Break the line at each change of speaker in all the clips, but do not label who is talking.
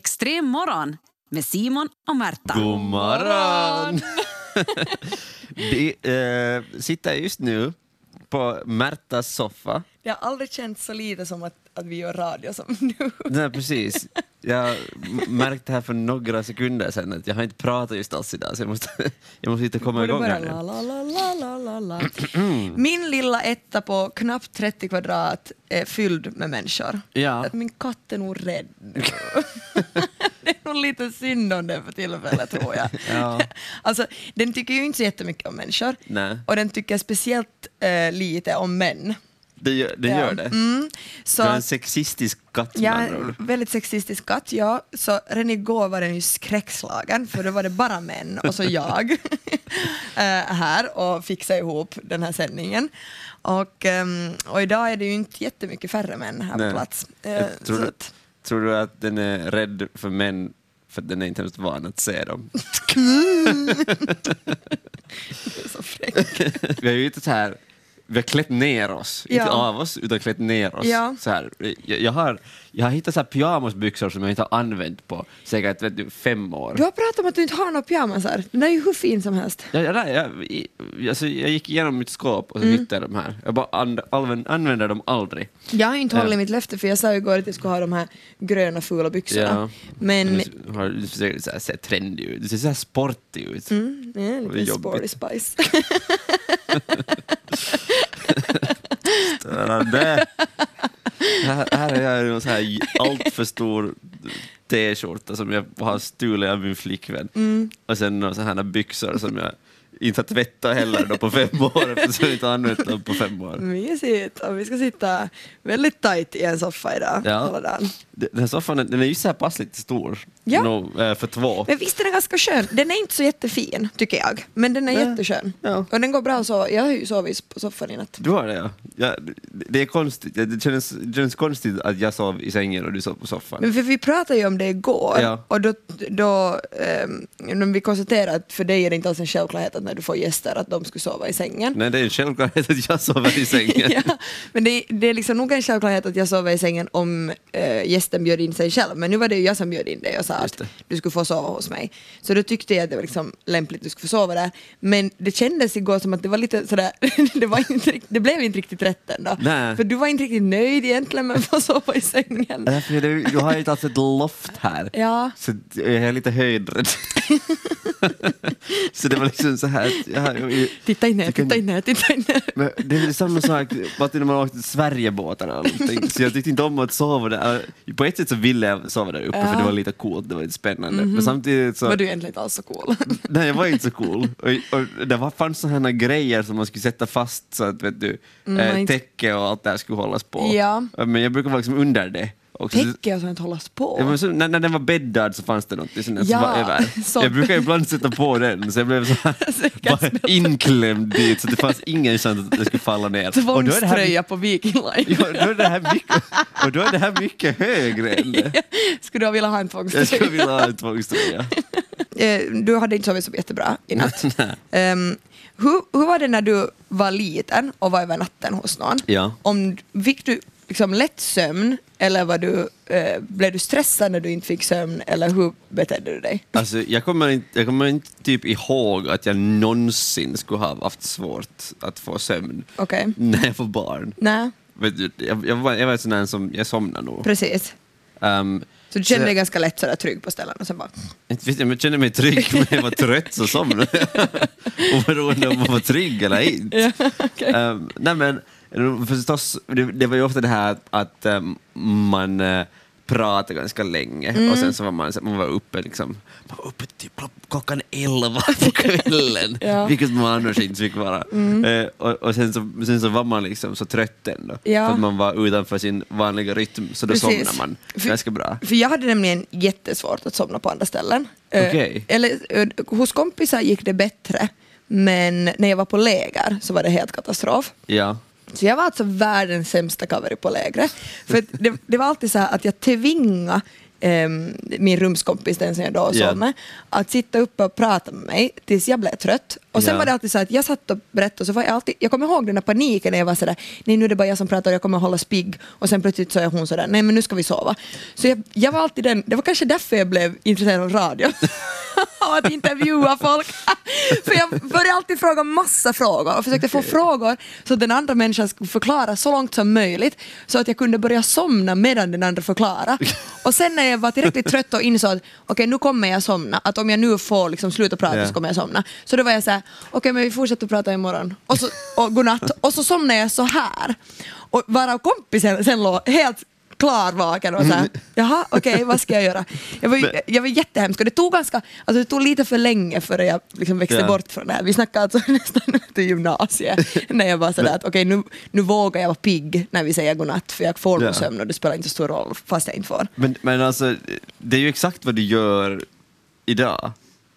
Extrem morgon med Simon och Märta.
God morgon! Vi eh, sitter just nu på Märtas soffa.
Jag har aldrig känt så lite som att, att vi gör radio som nu.
Nej, precis. Jag m- märkte här för några sekunder sedan att jag har inte pratat just alls idag så jag måste, jag måste inte komma
Borde
igång
börja
här
la,
nu.
la, la, la, la, la, la. Min lilla etta på knappt 30 kvadrat är fylld med människor.
Ja.
Att min katt är nog rädd nu. det är nog lite synd om den för tillfället tror jag.
Ja.
Alltså, den tycker ju inte så jättemycket om människor.
Nej.
Och den tycker speciellt eh, lite om män.
Det gör det. Gör det.
Mm. Så
Du har en
att-
sexistisk katt med
Ja,
andra ord.
väldigt sexistisk katt, ja. Så redan igår var den ju skräckslagen, för då var det bara män och så jag eh, här och fixade ihop den här sändningen. Och, ehm, och idag är det ju inte jättemycket färre män här
Nej.
på plats. Eh,
Jag Tror,
så
du,
att-
tror du att den är rädd för män för att den är inte ens van att se dem?
det är så fräckt.
vi har ju inte så här, vi har klätt ner oss, inte
Ja.
av oss, utan klätt ner oss.
Ja.
Så här. Jag, jag, har, jag har hittat så här pyjamasbyxor som jag inte har använt på säkert vet du, fem år.
Du har pratat om att du inte har några pyjamasar, den är ju hur fin som helst.
Jag, jag, jag, i- alltså, jag gick igenom mitt skåp och så
Mm.
hittade jag de här. Jag bara and, använd, använder dem aldrig.
Jag har ju inte hållit
Ja.
mitt löfte för jag sa ju igår att jag skulle ha de här gröna fula byxorna. Men
Du har du ser så här, ser trendig ut, du ser så här sportig ut.
Mm, det är en
Det är
liten sporty
jobbigt.
spice.
Störande. Här, här har jag en så här allt för stor t-skjorta som jag har stulit av min flickvän.
Mm.
Och sen några sådana här byxor som jag inte har tvättat heller då på fem år eftersom jag inte har använt dem på fem år.
Mysigt, och Mm, vi ska sitta väldigt tajt i en soffa idag.
Ja.
Hela dagen.
Den här soffan den är ju så här passligt stor
Ja.
Nå, eh, för två.
Men visst är den ganska skön? Den är inte så jättefin tycker jag, men den är
Ja.
jätteskön.
Ja.
Och den går bra att sova. Jag har ju sovit på soffan i natt.
Du har det ja. ja det, är konstigt. det, känns, det känns konstigt att jag sov i sängen och du sov på soffan.
Men för vi pratade ju om det igår
Ja.
och då, då ehm, men vi konstaterade att för dig är det inte alls en självklarhet att när du får gäster att de skulle sova i sängen.
Nej, det är en självklarhet att jag sover i sängen.
ja, men det, det är liksom nog en självklarhet att jag sover i sängen om eh, gästen bjöd in sig själv. Men nu var det ju jag som bjöd in dig och sa
Just
att
det.
du skulle få sova hos mig. Så då tyckte jag att det var liksom lämpligt att du skulle få sova där. Men det kändes igår som att det var lite sådär, det, var inte, rikt- det blev inte riktigt rätt ändå.
Nej. Eh,
För du var inte riktigt nöjd egentligen med att få sova i sängen.
Ja, för du, du har ju inte haft ett loft här,
Ja.
så jag är lite höjdrädd. så det var liksom så här... att Jag, jag, jag,
Titta in här,
Du kan-
titta in här, titta in här.
men det är samma sak bara när man åkte Sverigebåtar eller någonting. Så jag tyckte inte om att sova där. På ett sätt så ville jag sova där uppe för det var lite coolt, det var lite spännande. Men samtidigt så...
Var Mhm. du egentligen inte alls så cool?
Nej, jag var inte så cool. Och, och det var, fanns sådana grejer som man skulle sätta fast så att vet du,
Mm,
eh,
inte-
täcke och allt det här skulle hållas på.
Ja.
Men jag brukar vara liksom under det. Också.
Täcker jag så inte hållas på?
Ja, men så, när, när den var bäddad så fanns det något som
Ja,
var över.
sånt.
Jag brukar ibland sätta på den, så jag blev så här,
Så jag kan
bara inklämd dit så det fanns ingen chans att det skulle falla ner. Och då är det här,
Tvångströja på Viking Line.
ja, då är det här mycket, och då är det här mycket högre än det.
Skulle du vilja ha en
Jag skulle
tvångströja?
vilja ha en tvångströja.
Eh, du hade inte sovit så jättebra i natt. Ehm, hur, hur var det när du var liten och var över natten hos någon?
Ja.
Om, fick du liksom lätt sömn eller var du, eh, blev du stressad när du inte fick sömn eller hur betedde du dig?
Alltså, jag, kommer inte, jag kommer inte typ ihåg att jag någonsin skulle ha haft svårt att få sömn
Okej.
när jag var barn.
Nej,
Vet du, Jag, jag, var, jag var en sån där som, jag somnade nog.
precis.
Ehm,
Så du kände
Så-
dig ganska lätt sådär trygg på ställen och sen bara...
Inte vet jag, men jag kände mig trygg, men jag var trött så somnade jag. Oberoende om man var trygg eller inte. Ehm, nej men, förstås, det, det var ju ofta det här att, att ehm, man eh, pratade ganska länge
Mm.
och sen så var man, så- man var uppe liksom, man var uppe typ klock- klockan elva på kvällen,
Ja.
vilket man annars inte fick vara.
Mm.
Eh, och och sen, så, sen så var man liksom så trött ändå,
Ja.
för att man var utanför sin vanliga rytm, så då
Precis.
somnade man
För-
ganska bra.
För jag hade nämligen jättesvårt att somna på andra ställen. Eh,
Okej.
Eller, eh, hos kompisar gick det bättre, men när jag var på läger så var det helt katastrof.
Ja.
Så jag var alltså världens sämsta cover på lägret. För att det, det var alltid så här att jag tvingade ehm, min rumskompis, den som jag då
Ja.
sov med, att sitta uppe och prata med mig tills jag blev trött. Och sen
Ja.
var det alltid så att jag satt och berättade och så var jag alltid, jag kommer ihåg den där paniken när jag var sådär, nej nu är det bara jag som pratar och jag kommer hålla pigg och sen plötsligt så är hon sådär, nej men nu ska vi sova. Så jag, jag var alltid den, det var kanske därför jag blev intresserad av radio. av att intervjua folk. För jag började alltid fråga massa frågor och försökte få frågor så att den andra människan skulle förklara så långt som möjligt så att jag kunde börja somna medan den andra förklarade. Och sen när jag var tillräckligt trött och insåg att okej nu kommer jag somna, att om jag nu får liksom sluta prata
Ja.
så kommer jag somna. Så då var jag så här, okej men vi fortsätter att prata imorgon och, så, och godnatt och så somnade jag så här. Och varav kompisen sen låg helt klarvaken och så här, jaha okej vad ska jag göra? Jag var, ju-
Mm. Men-
jag var jättehemsk och det tog ganska, alltså det tog lite för länge före jag liksom växte
Ja.
bort från det här. Vi snackade alltså nästan till gymnasiet när jag var sådär att okej nu, nu vågar jag vara pigg när vi säger godnatt för jag får
Ja.
nog sömn och det spelar inte så stor roll fast jag inte får.
Men, men alltså, det är ju exakt vad du gör idag.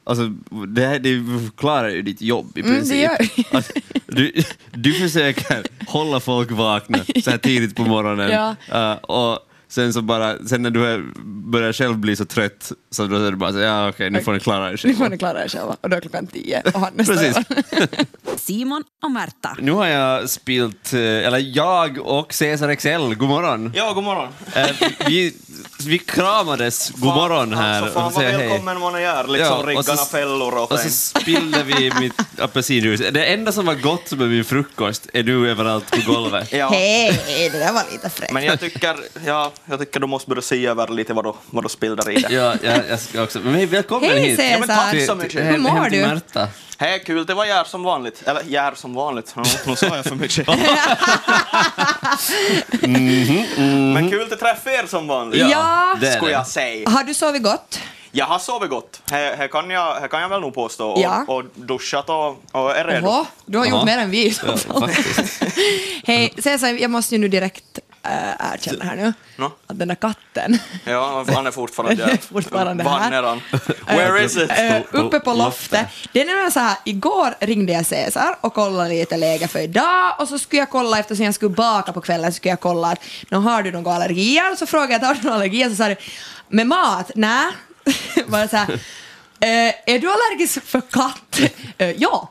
Alltså, det, här, det förklarar ju ditt jobb i
Mm, det
princip.
gör-
Att du, du försöker hålla folk vakna så här tidigt på morgonen.
Ja.
Eh, och sen, så bara, sen när du är- börjar själv bli så trött så då är det bara så, ja okej, nu får ni klara er
Nu
själva.
får ni klara er själva och då är klockan tio och han nästa
Precis.
dag.
Simon och Märta.
Nu har jag spilt, eh, eller jag och Cesar Excel, god morgon.
Ja, god morgon.
Eh, vi, vi kramades god morgon här.
Alltså, fan
och
vad
säger hej.
välkommen man är, liksom
och så-
riggarna, fällor och
Och så
sen-
spillde vi mitt apelsinjuice. Det enda som var gott med min frukost är nu överallt på golvet.
Ja.
Hej, det där var lite fräckt.
Men jag tycker, ja, jag tycker du måste börja se över lite vad du, vad du spiller i det.
Ja, jag, jag ska också. Men hej, välkommen
Hej,
hit!
Cesar.
Ja, men tack
Hur
till-
mår
till- hem-
du?
hem till Märta.
Hej, kul, det var gär som vanligt. Eller gär som vanligt, Ja, nu sa jag för mycket. Mhm, Men kul att träffa er som vanligt,
Ja.
Mm-hmm. det är
skulle
det.
jag säga.
Har du sovit gott?
Jag har sovit gott, här, här, kan, jag, här kan jag väl nog påstå. Och,
Ja.
och duschat och, och är redo.
Oho, du har
Jaha.
gjort mer än vi i
Ja,
så fall.
faktiskt.
Hej, Cesar, jag måste ju nu direkt äh, erkänna här nu
Nå?
att den där katten
Ja, han är fortfarande,
Han är fortfarande här.
Vann är han. Where is it?
Eh, uppe på
På
loftet.
loftet.
Det är nämligen så här, igår ringde jag Cesar och kollade lite läge för idag och så skulle jag kolla, eftersom jag skulle baka på kvällen, så skulle jag kolla att "Nå, har du några allergier? Så frågade jag, har du några allergier? Så sa du, med mat? Nä. Bara så här, "Eh, är du allergisk för katt? "Eh, ja.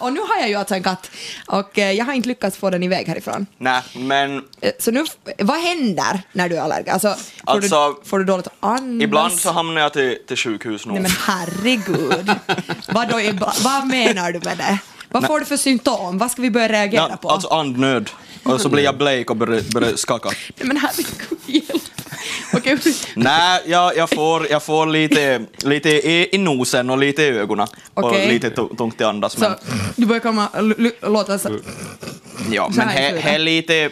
och nu har jag ju alltså en katt och eh, jag har inte lyckats få den iväg härifrån.
Nej, men
Eh, Så nu, vad händer när du är allergisk? Alltså, får,
Alltså,
du, får du dåligt att andas?
ibland så hamnar jag till, till sjukhus nu.
Nej men herregud. vad, då är, ba- vad menar du med det? Vad får du för symptom? Vad ska vi börja reagera
Ja,
på?
Alltså andnöd. Och så blir jag blek och börjar, börjar skaka.
Nej men herregud, hjälp. Okej,
Nej, jag, jag, får, jag får lite, lite i, i nosen och lite i ögonen.
Okej.
Och lite tu- tungt i andas.
så
Men,
du börjar komma l- l- låta så.
ja,
så
men
här i
he,
slutet.
he lite...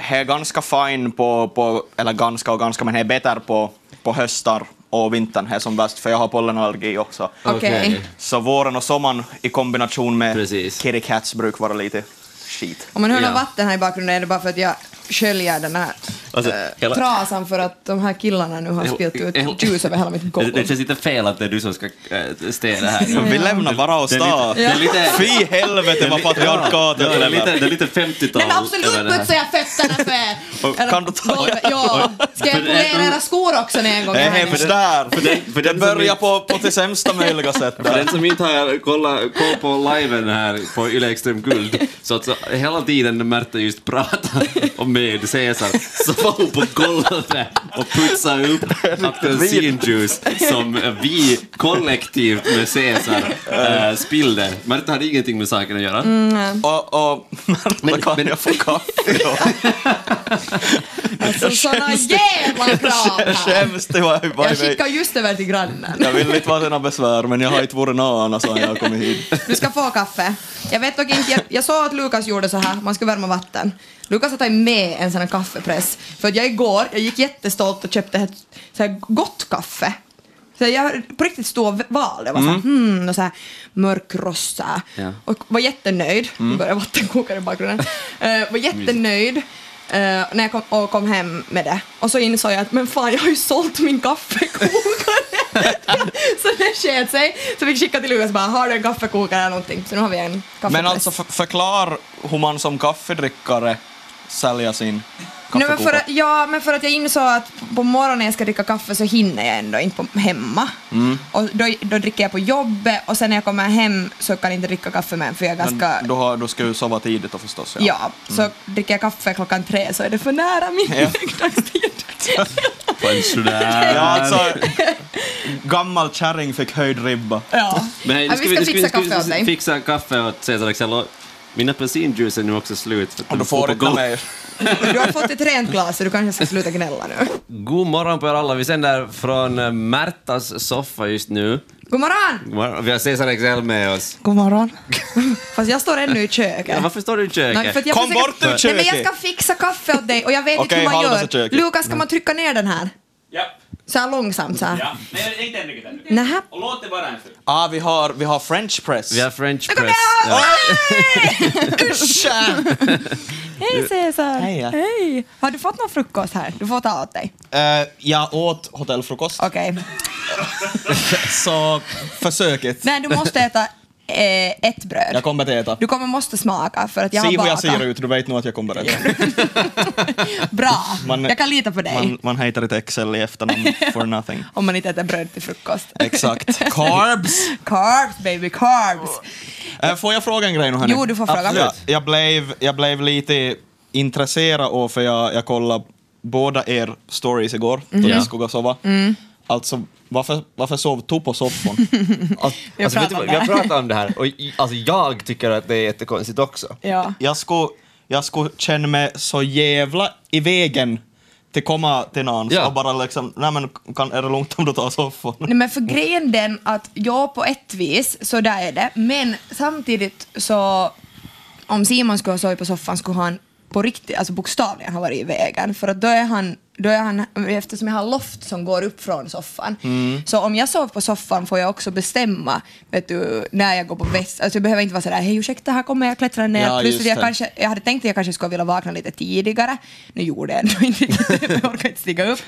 He är ganska fin på, på... Eller ganska och ganska, men he är bättre på, på höstar och vintern. He är som bäst, för jag har pollenallergi också.
Okej.
Okej.
Så våren och sommaren i kombination med
Precis.
kitty cats brukar vara lite skit.
Om man hör
Ja.
något vatten här i bakgrunden är det bara för att jag sköljer den här
Alltså,
eh,
hela-
trasan för att de här killarna nu har spilt ut juice över hela mitt
Det, typ det
golv.
känns inte fel att det är du som ska äh, städa här.
Vi lämnar bara oss
Det är lite-
då.
det är lite-
Fy helvete vad
det,
patriarkatet
är
lever.
lite, det är lite 50-tal.
Nej men absolut
över det här.
putsar jag fötterna för er.
Och
Eller
kan du ta-
golvet, Ja, ska jag
För det är-
polera era skor också när jag en gång?
Nej,
är här
hej,
nu?
för där! För
den- för
det
den som
börjar
vill-
på, på det sämsta möjliga
För den
sättet.
som inte har kollat koll på liven här på Yle Extrem Guld, så att så, hela tiden när Märta just pratade om med Cesar så var hon på golvet och putsade upp apelsinjuice som vi kollektivt med Cesar äh, spillde. Märta hade ingenting med saken att göra.
Mm.
Och, och men, kan jag få kaffe då?
Alltså såna jävla krav här.
Skäms det var jag
Jag
mig.
skickar just över till grannen.
Jag vill inte vara till något besvär, men jag har inte varit någon annan sen jag kom hit.
Du ska få kaffe. Jag vet dock inte, jag, jag sa att Lukas gjorde så här, man ska värma vatten. Lukas har tagit med en sån här kaffepress. För att jag igår, jag gick jättestolt och köpte ett så här gott kaffe. Så jag på riktigt stod och val, det var så här, hmm, och så här mörk rost så här.
Ja.
Och var jättenöjd, nu börjar vattenkokaren i bakgrunden. Eh, var jättenöjd. eh, när jag kom, och kom hem med det. Och så insåg jag att men fan jag har ju sålt min kaffekokare. så det sket sig. Så vi skickade till Lukas bara har du en kaffekokare eller någonting. Så nu har vi
alltså,
en kaffepress.
Men alltså, för, förklar hur man som kaffedrickare säljer sin
Nej, men för,
kaffekokare.
att- ja, men för att jag insåg att på morgonen jag ska dricka kaffe så hinner jag ändå inte på, hemma.
Mm.
Och då, då dricker jag på jobbet och sen när jag kommer hem så kan jag inte dricka kaffe med för jag är ganska...
Men då, har, då ska du sova tidigt då förstås.
ja. så dricker jag kaffe klockan tre så är det för nära min
Ja.
middagstid.
Pensionär.
Ja, alltså, gammal kärring fick höjd ribba.
ja.
Men
Ja,
nu
vi ska
nu
fixa
nu
kaffe åt dig.
Fixa kaffe åt Cesar Axel. Och Min apelsinjuice är nu också slut. för att
Och
den
då får
står på
du
golvet.
mig.
Du har fått ett rent glas så du kanske ska sluta gnälla nu.
God morgon på er alla. Vi sänder från eh, Märtas soffa just nu.
God morgon!
God morgon. Vi har Cesar Axel med oss.
God morgon. Fast jag står ännu i köket.
Ja, varför står du i köket?
Nej, för att jag
Kom
försöker-
bort ur
Nej, men jag
köket.
ska fixa kaffe åt dig och jag vet
Okej,
inte hur
halva
man
så
gör.
köket.
Lukas, ska man trycka ner den här?
Ja,
Så här långsamt så här?
ja. Men inte ännu ännu.
Nähä.
Och låt det vara en stund.
Ah, vi har, vi har French press.
Vi har French
Nu kommer
press.
jag!
Ja.
Tja!
Hej Cesar!
Hej, ja.
Hej! Har du fått någon frukost här? Du får ta åt dig.
Eh, jag åt hotellfrukost,
Okej.
så försöket.
Nej, du måste äta eh, ett bröd.
Jag kommer att äta.
Du kommer måste smaka för att jag
Se
har
hur jag
bakat.
ser ut, du vet nog att jag kommer att äta.
Bra!
Man-
jag kan lita på dig.
Man, man heter ett Excel i efternamn for nothing.
Om man inte äter bröd till frukost.
Exakt. Carbs!
Carbs baby, carbs!
Eh, Får jag fråga en grej nu? hörni?
Jo, du får fråga.
Absolut. Jag, jag, blev, jag blev lite intresserad av, för jag, jag kollade båda er stories igår,
Mm.
då
Ja.
ni skulle gå och sova. Alltså, varför, varför sov du på soffan?
Alltså,
Jag
alltså, vet du vad,
pratar om det
jag
här.
pratar om det här och i- alltså, jag tycker att det är jättekonstigt också.
Ja.
jag, skulle, jag skulle känna mig så jävla i vägen till komma till någon
Ja.
och bara liksom, nej men kan, är det lugnt om du tar soffan?
Nej, men för grejen den att ja, på ett vis så där är det, men samtidigt så om Simon skulle ha sovit på soffan skulle han på riktigt, alltså bokstavligen ha varit i vägen för att då är han, då är han eftersom jag har loft som går upp från soffan
Mm.
så om jag sov på soffan får jag också bestämma vet du, när jag går på väst, alltså jag behöver inte vara sådär hej ursäkta här kommer jag klättra ner
Ja,
plus
just
att jag
det.
kanske jag hade tänkt att jag kanske skulle vilja vakna lite tidigare. Nu gjorde jag ändå inte riktigt det, för jag orkade inte stiga upp.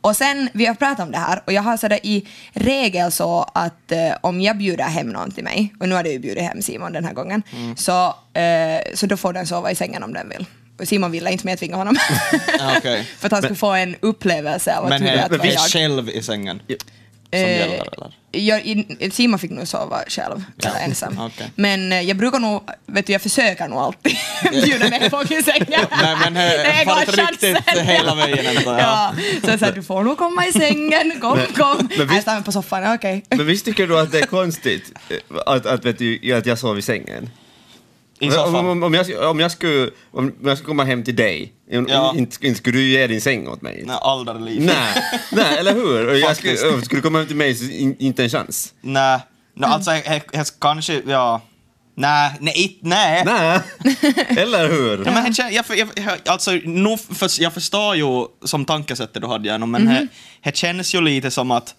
Och sen, vi har pratat om det här och jag har sådär i regel så att eh, om jag bjuder hem någon till mig, och nu har du ju bjudit hem Simon den här gången,
Mm.
så, eh, så då får den sova i sängen om den vill. Och Simon ville inte, men jag tvingade honom.
Ja, okej.
För att han skulle få en upplevelse av att
Men
hur det är
är
att vara
vi
jag.
själv i sängen som
Eh,
gäller eller?
Jag, i- Simon fick nog sova själv, eller ensam.
okej.
Men eh, jag brukar nog, vet du, jag försöker nog alltid bjuda ner folk i sängen.
Nej men
Det
eh,
är
varit
chansen.
riktigt hela vägen ändå. Ja.
Ja, så jag sa du får nog komma i sängen, kom, kom.
men
jag
visst-
stannar på soffan, ja, okej.
Men visst tycker du att det är konstigt eh, att, att, vet du, att jag sov i sängen?
I
Om,
soffan.
om, om, jag, om, jag skulle, om jag skulle komma hem till dig, in-
Ja.
inte, inte skulle du ge din säng åt mig?
Nej, aldrig i livet.
Nej, nej, eller hur? Och Jag
Faktiskt.
skulle, om du skulle komma hem till mig så in, inte en chans.
Nej. Nej, alltså jag- jag- jag kanske, ja. Nej, nej, it- nej.
Nej, eller hur?
Ja, men jag, känner- jag, jag, jag, alltså, nog för, jag förstår ju som tankesättet du hade, Jano,
Mhm.
men det det känns ju lite som att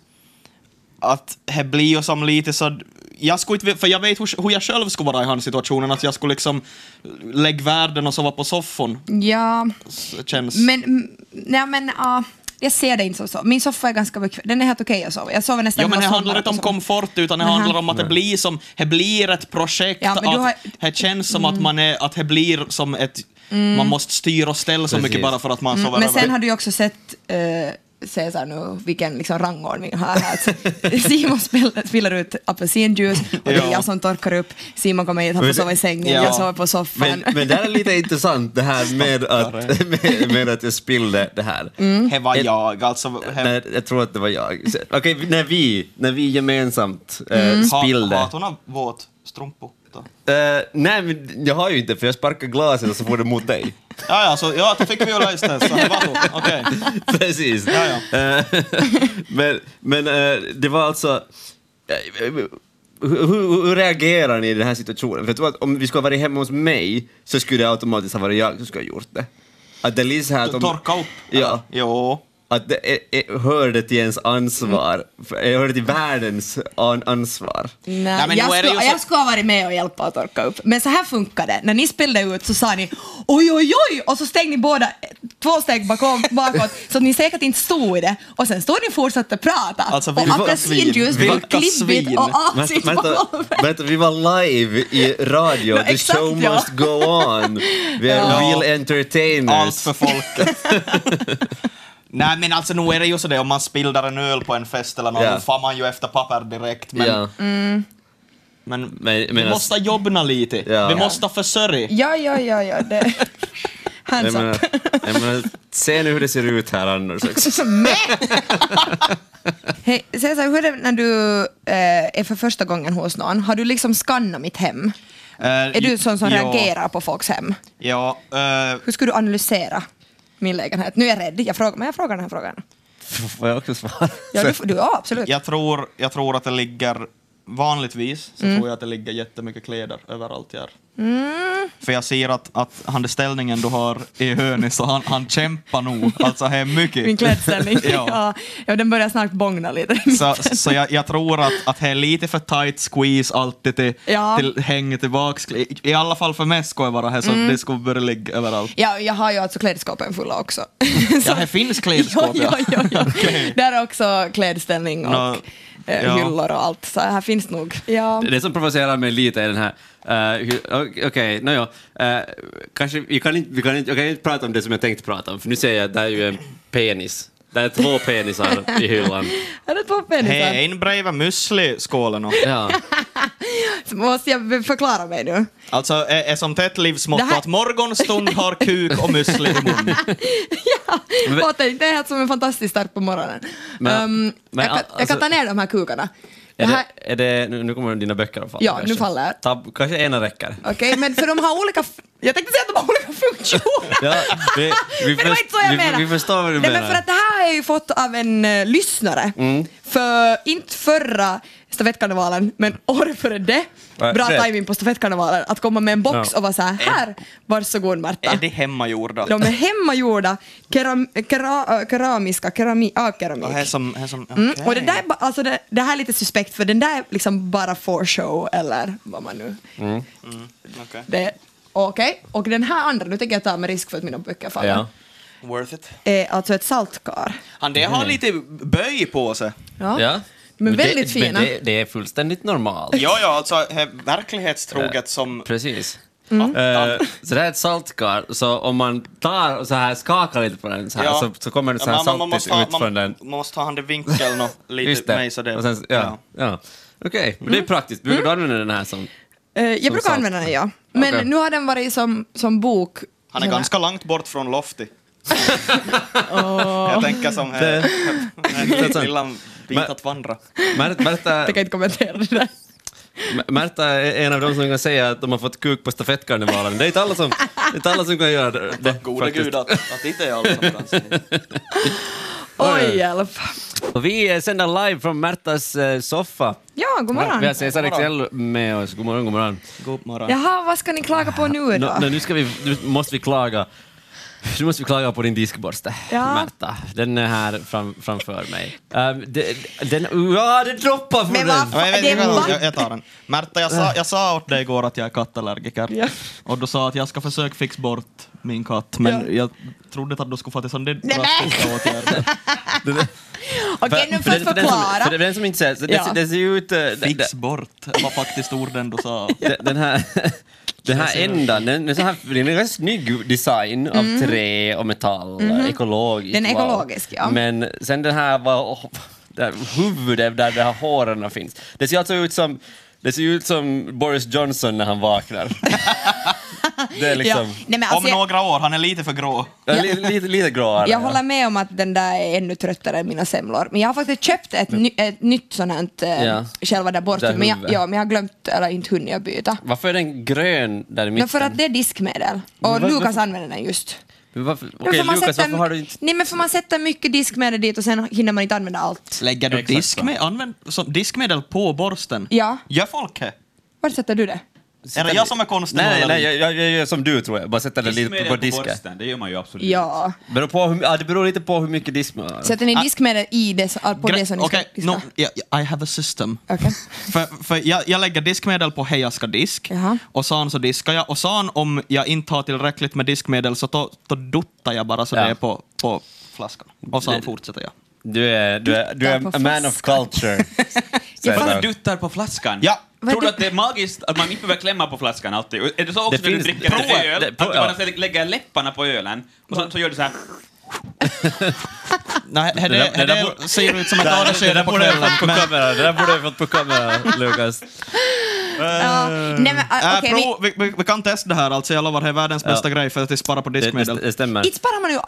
att det blir ju som lite så... Jag skulle inte, för jag vet hur, hur jag själv skulle vara i hans situationen, att jag skulle liksom lägga världen och sova på soffan.
Ja,
Så det Känns...
men, mm, nej men, ja. jag ser det inte som så. Min soffa är ganska bekväm, den är helt okej att sova. Jag sover nästan
Ja, men
hela
det handlar
sommaren
inte
på
om
soffan.
komfort, utan det
Nähä.
handlar om att det blir som, det blir ett projekt,
Ja, men du har- Mm.
att det känns som att man är, att det blir som ett, man måste styra och ställa så mycket
Precis.
bara för att man sover
Mm. Men
över.
sen har du ju också sett eh, Cesar nu, vilken liksom rangordning jag har här. Att Simon spelar, spelar ut apelsinjuice och det
Ja.
är jag som torkar upp. Simon kommer hit, han får
Men-
sova i sängen,
ja.
jag sover på soffan.
Men, men det här är lite intressant det här med att, med, med att jag spillde det här.
Mm.
Det var jag, alltså. det-
Nej, jag tror att det var jag. Så- Okej, när, vi, när vi gemensamt eh,
Mm.
Mm.
spillde.
Ha, hatar hon våt strumpor? då?
Eh, nej, men jag har ju inte för jag sparkade glaset och så får det mot dig.
Ja, ja, så, ja, då fick vi ju lösa det. så det var så. Okej.
Precis.
Ja,
Eh, men men eh, det var alltså... eh, Hur, hur, hur reagerar ni i den här situationen? För jag tror att om vi skulle ha varit hemma hos mig så skulle det automatiskt ha varit jag som skulle ha gjort det. Att det är lite så här att om...
Torka upp.
Ja.
Jo.
att det är, är, hör det till ens ansvar, för-
Mm.
hör det till världens an, ansvar.
Nej,
Nej, men
jag,
nu är det
skulle,
ju så-
jag skulle ha varit med och hjälpa att torka upp. Men så här funkar det. När ni spelade ut så sa ni oj, oj, oj och så steg ni båda två steg bakom, bakåt så att ni säkert inte stod i det. Och sen stod ni och fortsatte prata.
Alltså,
och
vilka
apelsinjuice
svin.
var
Vilka svin.
klibbigt och asigt på
vänta,
golvet.
vänta, vi var live i radio,
Ja,
the
exakt,
show
ja.
must go on. Vi är
Ja.
real
Allt
entertainers.
för folket. Nej men alltså nu är det ju så det om man spildar en öl på en fest eller något,
Ja.
då far man ju efter papper direkt. Men,
Ja,
men,
men,
vi
men alltså-
måste jobba lite.
Ja.
Vi måste försörja.
Ja, ja, ja, ja. Det.
jag
Hands
menar,
up.
jag menar, se nu hur det ser ut här annars också.
Hej, Cesar, hur är det när du eh, är för första gången hos någon? Har du liksom skannat mitt hem? Är du sån som reagerar på folks hem?
Eh, Ja, eh,
Hur skulle du analysera min lägenhet? Nu är jag rädd, jag frågar, men jag frågar den här frågan.
Får jag också svara?
Ja, du, du, ja absolut.
jag, tror, jag tror att det ligger, vanligtvis så
Mm.
tror jag att det ligger jättemycket kläder överallt här.
Mm.
För jag ser att, att han den ställningen du har i hörnet så han, han kämpar nog, alltså det är mycket.
Min klädställning.
Ja.
ja. ja, den börjar snart bångna lite.
Så, så jag, jag tror att, att det är lite för tight squeeze alltid till,
Ja.
till häng tillbaks. I, I alla fall för mig ska jag vara här så
Mm.
det skulle börja ligga överallt.
Ja, jag har ju alltså klädskåpen fulla också. Så-
Ja, här finns klädskåp,
ja. ja, ja, ja.
Okej.
Där är också klädställning och
Nå,
eh,
ja.
hyllor och allt, så här finns nog. Ja.
Det som provocerar mig lite är den här... eh, hu- Okej, nåja. eh, kanske, vi kan, inte, vi, kan inte, jag kan inte prata om det som jag tänkte prata om, för nu ser jag att det är ju en penis. Det är två penisar i hyllan.
Är det två penisar?
Hej, en breva müsli skålen och.
Ja.
Så Måste jag förklara mig nu?
Alltså, är, är som tätt livsmotto
Det här-
att morgonstund har kuk och müsli i mun.
ja,
Men-
återigen, det är helt som en fantastisk start på morgonen.
Men-
Ehm,
men
jag, kan, jag
alltså-
kan ta ner de här kukarna. Det
Är
här,
det, är det, nu nu kommer dina böcker att falla.
Ja,
kanske.
nu faller.
Tab, kanske ena räcker.
Okej, men för de har olika... f- Jag tänkte säga att de har olika funktioner.
Ja, vi, vi
men det var
först-
inte så jag
vi-
menade.
Vi förstår vad du
Nej,
menar. Mm.
Men för att det här har jag ju fått av en eh, lyssnare. För inte förra stafettkarnevalen, men året före det.
Ja,
Bra
rätt.
timing på stafettkarnevalen. Att komma med en box
Ja.
och vara så här, här, varsågod Marta.
Är det hemmagjorda?
De är hemmagjorda keram, kera, äh, keramiska, kerami, av keramik.
Och här som, här som,
Mm.
okej.
Och det, där, är ba- alltså det, det här är lite suspekt för den där är liksom bara for show eller vad man nu...
Okej.
Det- Okej, och den här andra, nu tänker jag ta med risk för att mina böcker faller,
Ja.
Worth it.
är alltså ett saltkar.
Han det
Mm.
har lite böj på sig.
Ja.
Ja.
Men
det-
väldigt
men
fina.
Det, det är fullständigt normalt.
Ja, ja, alltså he- verklighetstroget som...
Precis.
Mm.
Eh, så det här är ett saltkar, så om man tar och så här skakar lite på den så, här,
Ja.
så, så kommer det så här
Ja, man- man
saltigt
måste ha-
ut från den.
Man måste ha han i vinkeln och lite
Just det.
mig så det... Mm.
Och sen, ja, ja. Okej, men det är praktiskt. Brukar du använda den här som...
Eh, jag brukar
salt.
använda den, ja. Men
Okej.
nu har den varit som, som bok.
Han är
Sådär.
ganska långt bort från Lofty. Jag tänker som här,
sant.
vill han bit att vandra.
Mär- Märta,
Jag kan inte kommentera det där.
Märta är en av de som kan säga att de har fått kuk på stafettkarnevalen. Det är inte alla som, det är inte alla som kan göra det. det
Gode
faktiskt.
gud att, att det inte är alla som dansar.
Oj, i alla fall.
Och vi eh, sänder live från Märtas eh, soffa.
Ja, god
Vi har
morgon.
Cesar
God morgon.
Excel med oss. God morgon, god morgon.
God morgon.
Jaha, vad ska ni klaga på nu
Nå,
då?
nå, nu, ska vi, nu måste vi klaga. Nu måste vi klaga på din diskborste,
Ja.
Märta. Den är här fram, framför mig. Ehm, det- den, ja, det droppar från
Men
den!
vad
Ja, jag, vet,
Det Äh.
jag,
var-
jag, jag tar den. Märta, jag sa, jag sa åt dig igår att jag är kattallergiker.
Ja.
Och du sa att jag ska försöka fixa bort min katt, men
Ja.
jag trodde inte att du skulle få till sån din
Nej, men!
drastiska åtgärd.
Okej, nu får jag
den- den som-
förklara.
För den som inte ser, så det,
Ja.
det ser ju ut... eh, det-
Fix bort var faktiskt orden du sa.
det- Den här, den här ändan, den, den, så här, den är en ganska snygg design av trä och metall, ekologiskt.
Mm. Mhm. Den är
wow.
ekologisk, ja.
Men sen den här var, där huvudet där de här håren finns. Det ser alltså ut som, det ser ut som Boris Johnson när han vaknar. det är liksom...
ja. Nej, men alltså,
Om
jag-
några år, han är lite för grå.
Ja, li- lite, lite gråare.
Jag håller med om att den där är ännu tröttare än mina semlor. Men jag har faktiskt köpt ett, ny, ett nytt sånt här, eh,
Mm. Ja.
själva där borta.
Där
men, jag,
huvudet.
ja, men jag har glömt, eller inte hunnit att byta.
Varför är den grön där i mitten?
Men för att det är diskmedel. Och
Men vad-
Lukas
varför-
använder den just.
Men varför, okej,
Men för man
Lukas,
sätter-
varför har du inte...
Nej men för man sätter mycket diskmedel dit och sen hinner man inte använda allt.
Lägger du
Exakt
diskme- använd, som diskmedel på borsten?
Ja.
Gör folk det?
Var sätter du det?
Är det jag som är konstig?
Nej,
eller-
nej, jag, jag, jag gör som du tror jag. Bara sätter det
Diskmedel
lite på disken.
borsten, det gör man ju absolut.
Ja.
Beror på hur, ja, det beror lite på hur mycket disk man har.
Sätter ni
Ah.
diskmedel i det, på det som ni ska
Okej,
diska?
no, ja, ja, I have a system.
Okej.
För, för jag, jag lägger diskmedel på Hej jag ska disk
Jaha.
och sen så diskar jag och sen om jag inte har tillräckligt med diskmedel så då, då duttar jag bara så
Ja.
det är på, på flaskan och sen fortsätter jag.
Du är, du är, du är
Duttar på
a man of
flaskan.
culture. säger
Varför
de.
duttar på flaskan?
Ja.
Tror du att det är magiskt att man inte behöver klämma på flaskan alltid? Och Är det så också
Det
när du
finns-
dricker en
prova-
öl?
det-
att du
prova-
bara så lägger läpparna på ölen och så, så gör du så här. "Oh
Nej, det,
där-
det,
det
det,
där borde-
ser ut som ett
Det där
adageskede på
borde jag
kvällen.
fått på
Men,
kamera. Det där borde jag fått på kamera, Lukas.
Ja. Nej, men, ah,
äh,
okej,
prov, vi, vi, vi kan testa det här alltså, jag lovar, det är världens bästa grej för att spara på
Det, det,
diskmedel.
det stämmer.
vi, inte sparar man ju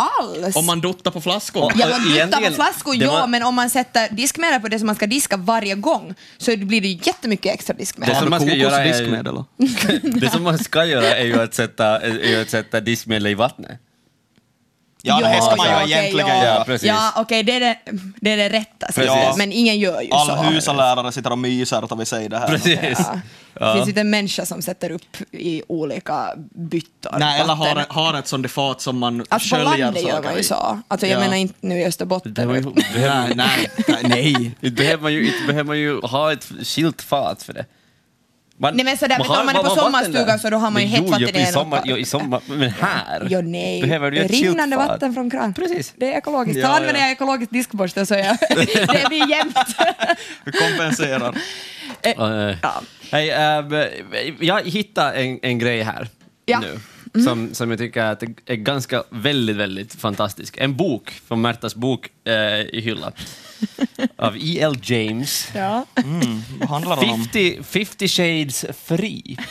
alls!
Om man duttar på flaskor.
Ja, man duttar på
Egentligen,
flaskor,
det
ja,
var-
men om man sätter diskmedel på det som man ska diska varje gång så blir det ju jättemycket extra diskmedel.
Det
Har
som
du
man ska göra är-
kokosdiskmedel? då?
Det som man ska göra är ju att sätta, är ju att sätta diskmedel i vattnet.
Ja, det här ska man ju
okej,
egentligen
ja.
Ja,
göra.
precis.
Ja, okej, det, är det, det är det rätta sättet,
Ja.
men ingen gör ju så.
Alla husalärare sitter och myser då vi säger det här.
Precis.
Ja. Det finns ju inte en människa som sätter upp i olika byttor.
Nej, eller har,
vatten.
har ett sånt defat som man
Alltså på
sköljer
landet gör
saker
man ju
i.
så. Alltså jag
Ja.
menar inte nu i Österbotten.
Det var ju-
utan-
Nej, nej, nej, nej.
Inte behöver man ju, inte behöver man ju ha ett skilt fat för det. Man,
Nej, men sådär, vet du,
har-
om man är på
vatten
sommarstuga
där.
så då har man ju
Men
hett
jo,
vatten
jo,
i
i
en
sommar,
lokal.
jo, i sommar, Men här
Jo, nej.
behöver du
det
ju
är
ett skilt
rinnande
fat.
vatten från kran.
Precis.
Det är ekologiskt.
Ja,
Då
ja.
använder jag ekologisk diskborste så jag, det blir jämnt.
Vi kompenserar.
Ja.
Hej, ehm, Eh, jag hittade en, en grej här
Ja.
nu
Mhm.
som, som jag tycker att är ganska väldigt, väldigt fantastisk. En bok från Märtas bok eh, i hyllan av E.L. James.
Ja.
Vad handlar det om?
50, 50 shades free.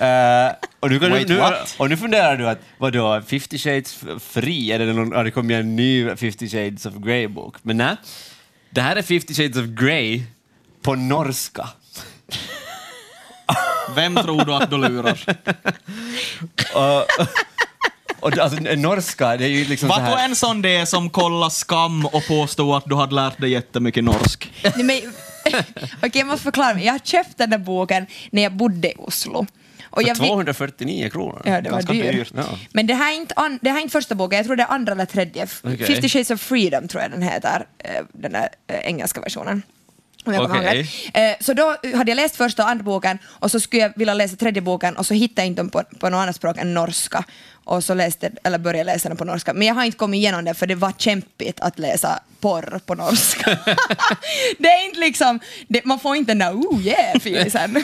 Eh, och, du kan,
Wait,
nu,
what?
och nu funderar du att vadå, 50 shades f- free, är det någon, har det kommit en ny 50 shades of grey-bok? Men nej, det här är 50 shades of grey på norska.
Vem tror du att du lurar?
Och det- alltså, norska, det är ju liksom så
Var
här...
du en sån det är som kollar skam och påstår att du hade lärt dig jättemycket norsk?
Nej, men, okej, jag måste förklara mig. Jag köpte den där boken när jag bodde i Oslo. Och
För
jag fick-
249 kronor?
Ja, det var
Ganska
dyrt.
dyrt.
Ja.
Men det här, är inte an, det här är inte första boken, jag tror det är andra eller tredje.
Okej.
50 Shades of Freedom tror jag den heter, eh, den där eh, engelska versionen. Om jag kommer ihåg
Okej.
rätt. Eh, Så då hade jag läst första och andra boken och så skulle jag vilja läsa tredje boken och så hittade jag inte den på, på något annat språk än norska. Och så läste, eller började läsa den på norska. Men jag har inte kommit igenom det för det var kämpigt att läsa porr på norska. det är inte liksom, det, man får inte den där oh yeah-feelingen. Men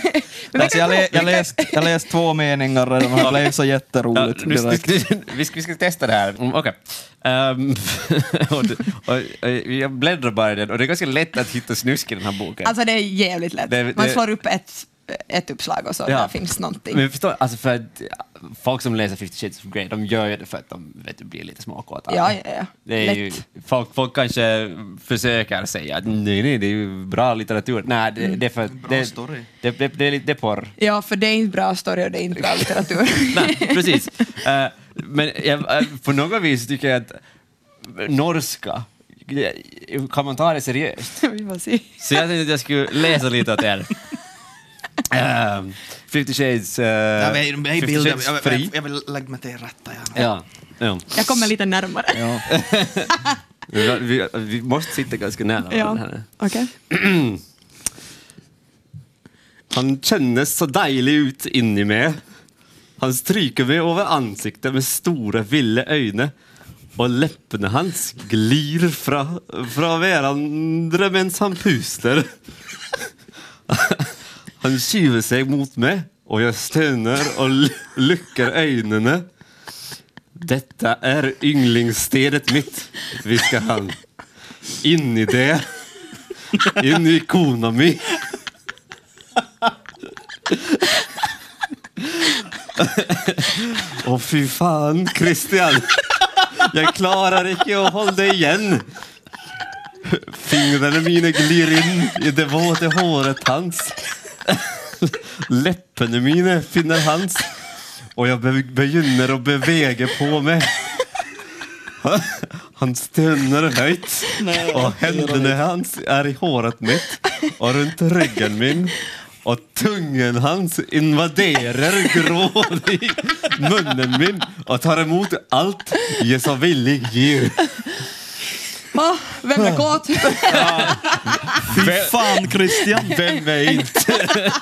vi
Alltså,
kan
jag,
prova.
lä- jag, läste, jag läste två meningar redan, det blev så
Ja,
jätteroligt
nu, nu,
direkt.
nu, vi, ska, vi ska testa det här. Mm, Okej. Ehm, och, det- och, och, jag bläddrar bara i den och det är ganska lätt att hitta snusk i den här boken.
Alltså det är jävligt lätt.
Det-
Man
det-
slår upp ett, ett uppslag och så
Ja.
där finns någonting.
Men förstår, alltså för att ja, folk som läser 50 shades of Grey, de gör ju det för att de vet, du, blir lite småkåta.
Ja, ja, ja.
Det är ju,
Lätt.
folk, folk kanske försöker säga att nej, nej, det är ju bra litteratur. Nej, det,
Mm.
det är för att... Det,
story.
Det, det, det, är lite- det är porr.
Ja, för det är inte bra story och det är inte bra litteratur.
Nej, precis. Eh, men jag, eh, på något vis tycker jag att norska, eh, kan man ta det seriöst?
Vi får se.
Så jag tänkte att jag skulle läsa lite åt er. Ehm, 50 shades... eh,
Jag vill- jag vill-
50
bilden-
shades
jag-
free.
jag- Jag vill lägga mig till rätta. ja.
Ja. ja.
Jag kommer lite närmare. Ja,
Vi, vi, vi måste sitta ganska nära varandra.
okej.
Han kändes så dejlig ut inni mig. Han stryker mig över ansiktet med stora ville ögon och läpparna hans glir fra, fra varandra mens han puster. Han kyver sig mot mig och jag stönar och l- lycker ögonen. Detta är ynglingsstedet mitt, viskar han. In i det. In i kona mi. Åh fy fan, Christian. Jag klarar inte att hålla dig igen. Fingrarna mina glir in i det våta håret hans. Läpparna mina finner hans. Och jag be- begynner att beväga på mig. Han stönar högt och händerna hans är i håret mitt och runt ryggen min
och tungen hans invaderar gråd i munnen min och tar emot allt jag så villig ger.
Ah, vem är kåt?
Fy fan Christian!
Vem är inte?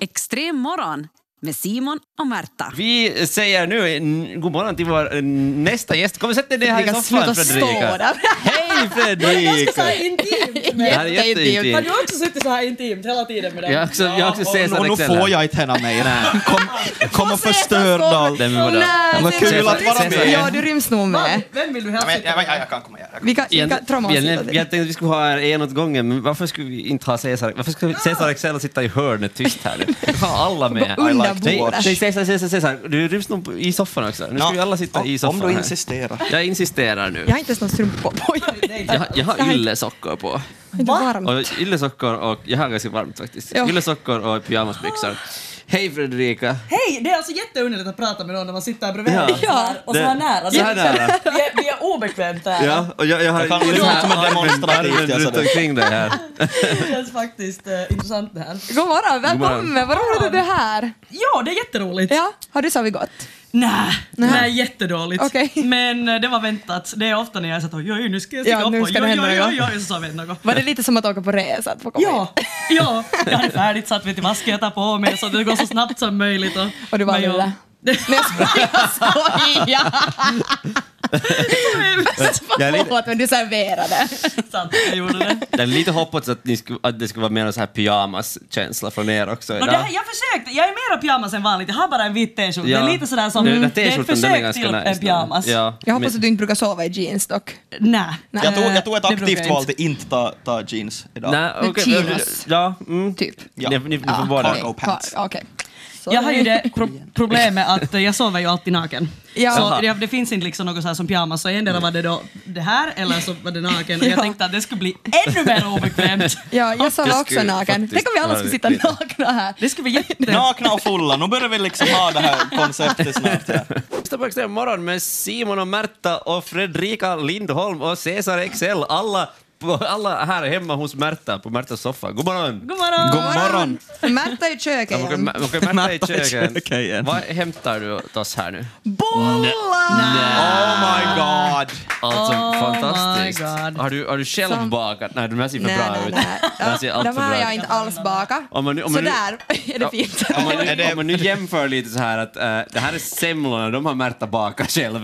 Extrem morgon med Simon och Märta.
Vi säger nu en god morgon till vår eh, nästa gäst. Kom och sätt dig ner här i
Jag kan
soffan,
sluta stå
Fredrika.
där.
Hej Fredrika!
intimt
Det
med.
här är
Har
jätteintimt.
du också suttit så här intimt hela tiden med den?
Jag har också, jag har också
Och, och,
Cesar
nu
Excel
får
här.
jag inte hända mig. Kom, kom och förstör
Cesar
allt.
Den var bra.
Nej,
Vad
det-
kul att vara med.
Ja, du ryms nog med.
Äh? Vem vill du
Ja,
helst
men,
sitta
ja,
med?
ja, jag kan komma igen. jag kan.
Vi kan, vi kan trama oss
Egentligen-
lite.
jag tänkte att vi skulle ha en åt gången, men varför skulle vi inte ha Cesar? Varför skulle Cesar Excel sitta i hörnet tyst här nu? Vi får ha alla med.
Under
I like to
bordet.
watch. Nej, Cesar, Cesar, Cesar, du ryms nog på- i soffan också. Nu ska vi alla sitta
Ja,
i soffan
Om du
här.
insisterar.
Jag insisterar nu.
Jag har inte ens någon strumpa på. Jag
Jag, har- jag har yllesockor på.
är inte varm.
Och yllesockor och... Jag har ganska varmt faktiskt.
Ja.
Yllesockor och pyjamasbyxor. Hej Fredrika!
Hej! Det är alltså jätteunderligt att prata med någon när man sitter här bredvid
Ja.
och så här, och så här
Det-
nära.
så här nära.
Vi är, vi är obekvämt där.
Ja, och jag, jag har
Jag kan inte
den här
låta mig
armen-
demonstrativt,
armen
jag sa
runt
det.
omkring dig här.
Det känns faktiskt eh, intressant det här.
God morgon,
God
välkommen! Vad roligt att du är här.
Ja, det är jätteroligt.
Ja, har du sovit gott?
Nej, nej jättedåligt.
Okej.
Men eh, det var väntat. Det är ofta när jag är så att oj, nu ska jag stiga
Ja,
upp
nu
och
ska det
oj,
hända
oj,
något.
oj, oj, så sa vi något.
Var det lite som att åka på resa? Att få komma
Ja, ja, jag hade färdigt satt mig till masken, jag tar på mig så att det går så snabbt som möjligt. Och,
Och du bara,
men jag-
"Lilla."
Nej, jag skojar!
Jag är
in?
lite,
Förlåt, men du serverade.
Sant, jag gjorde det.
jag är lite hoppats att, ni skulle, att det skulle vara mer en så här pyjamaskänsla från er också
Och
idag.
det här, jag försökte, jag är mer av pyjamas än vanligt, jag har bara en vit t-skjorta. Det är lite sådär som, mm,
Den där
det är
t-skjortan,
ett
den
försök
ganska
till
nice
en
då.
pyjamas.
Ja,
Jag hoppas
men-
att du inte brukar sova i jeans dock.
Nej. nej.
Jag tog, jag tog ett
Eh, Det brukar
aktivt
jag
val
inte.
att inte ta, ta jeans idag.
Nej, okej.
chinos.
Ja, mm.
Typ.
Ja.
Ni, ni, ni får båda.
cargo pants.
Ja, Okej.
Jag har ju det pro problemet att eh, jag sover ju alltid naken.
Ja.
Så
Jaha.
det, det finns inte liksom något så här som pyjamas, så endera var det då det här eller så var det naken. Och jag
Ja.
tänkte att det skulle bli ännu mer obekvämt.
Ja, jag sov
Jag
också
skulle
naken.
faktiskt
Tänk om vi alla
vara
skulle sitta
lite-
nakna här.
Det skulle bli jätte...
Nakna och fulla, nu börjar vi liksom ha det här konceptet snart. här.
Lyssna på Extrem morgon med Simon och Märta och Fredrika Lindholm och Cesar Excel. Alla, på- alla här hemma hos Märta på Märtas soffa. God morgon!
God morgon!
God morgon!
Märta är i köket
Okej,
igen.
Märta, Märta i köket.
igen.
Vad hämtar du åt oss här nu?
Ah.
Bollar!
Ah.
Oh my god!
Alltså
my
fantastiskt!
God.
Har du, har du själv
Oh Som-
bakat? Nej, de här ser för
Nej,
bra
nej,
ut.
nej.
De här ser
Ja,
allt
De
för
här har
bra
jag
ut.
inte alls bakat.
Om man nu- om man nu-
Sådär är det fint.
Om man,
Är det-
nu, om man nu jämför lite så här att eh, det här är semlorna, de har Märta bakat själv.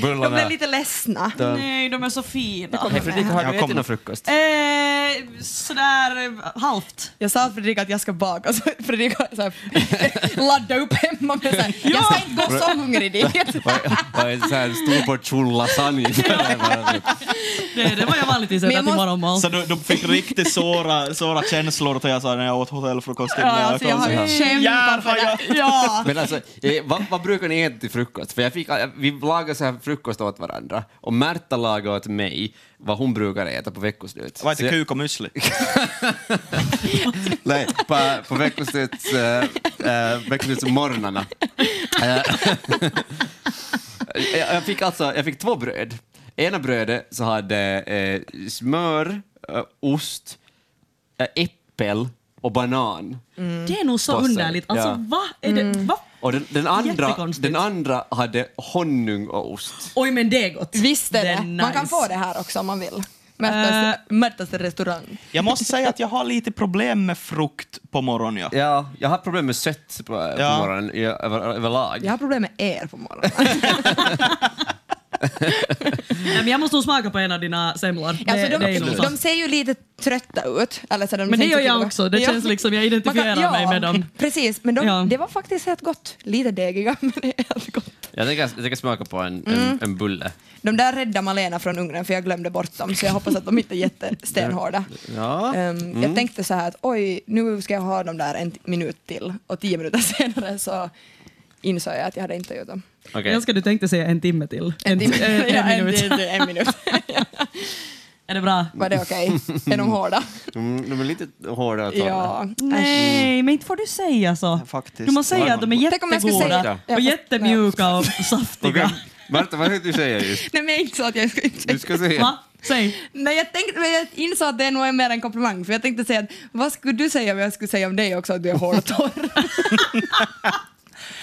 Bullarna.
blev lite ledsna.
Nej, de är så fina.
Hej Fredrika, har
Jag
du ätit
kommer.
någon frukost?
Eh, sådär eh, halvt.
Jag sa till Fredrika att jag ska baka och så Fredrika så här, laddade upp hemma med såhär, jag ska inte gå så hungrig dit.
Vad är så här stor portion lasagne?
Det, det var jag vanligtvis
Men
äter
jag
till
måste-
morgonmål.
Så du, du fick riktigt såra, såra känslor då jag sa när jag åt hotellfrukost.
Ja, alltså jag har ju
Järn
kämpat
har
för det. Ja.
Men alltså, eh, vad, vad brukar ni äta till frukost? För jag fick, eh, vi lagade så här frukost åt varandra och Märta lagade åt mig vad hon brukar äta på veckoslut.
Vad heter
Så jag-
kuk och müsli?
Nej, på, på veckosluts, eh, veckoslutsmorgnarna. Eh, jag, jag fick alltså, jag fick två bröd. Ena brödet så hade eh, smör, eh, ost, eh, äppel och banan.
Det är nog så
Passar.
underligt. Alltså
Ja.
va? Är det,
Mm.
va?
Och den, den, andra,
Jättekonstigt.
den andra hade honung och ost.
Oj men det är gott.
Visst är det.
nice. Eh.
Man kan få det här också om man vill. Märtas, Märtas restaurang.
Jag måste säga att jag har lite problem med frukt på morgonen. Ja.
Ja, jag har problem med sött på,
Ja.
på morgonen i- över, överlag.
Jag har problem med er på morgonen.
Nej, men jag måste nog smaka på en av dina semlor. Det,
Alltså,
det är
de,
nog
de
sant.
ser ju lite trötta ut. Eller så de
Men det
ser
gör
inte
jag
till-
också. Det känns liksom- jag identifierar mig med dem.
Precis, men de,
Ja.
det var faktiskt helt gott. Lite degiga, men det är helt gott.
Jag tänker, jag tänker smaka på en,
Mm.
en, en bulle.
De där räddade Malena från ugnen för jag glömde bort dem så jag hoppas att de inte är jättestenhårda.
Ja. Mm.
Ehm, Jag tänkte så här att oj, nu ska jag ha dem där en t- minut till och tio minuter senare så insåg jag att jag hade inte gjort dem.
Okej.
Jag älskar att du tänkte säga en timme till. En, en, en,
Ja,
minut.
till- till en minut.
Är det bra?
Var det okej? Är de hårda?
Mm, de är lite hårda att ta.
Ja.
Nej, men inte får du säga så.
Faktiskt.
Du måste säga att de är
Tänk om jag skulle
jättegoda
säga-
och jättemjuka och
Okej,
saftiga.
Märta, vad är det du säger just?
Nej men jag inte så att jag ska inte
Du
säga.
ska säga...
Va? Säg.
Nej, jag, tänkte, men jag insåg att det är nog är mer en komplimang, för jag tänkte säga att vad skulle du säga om jag skulle säga om dig också att du är hårtorr?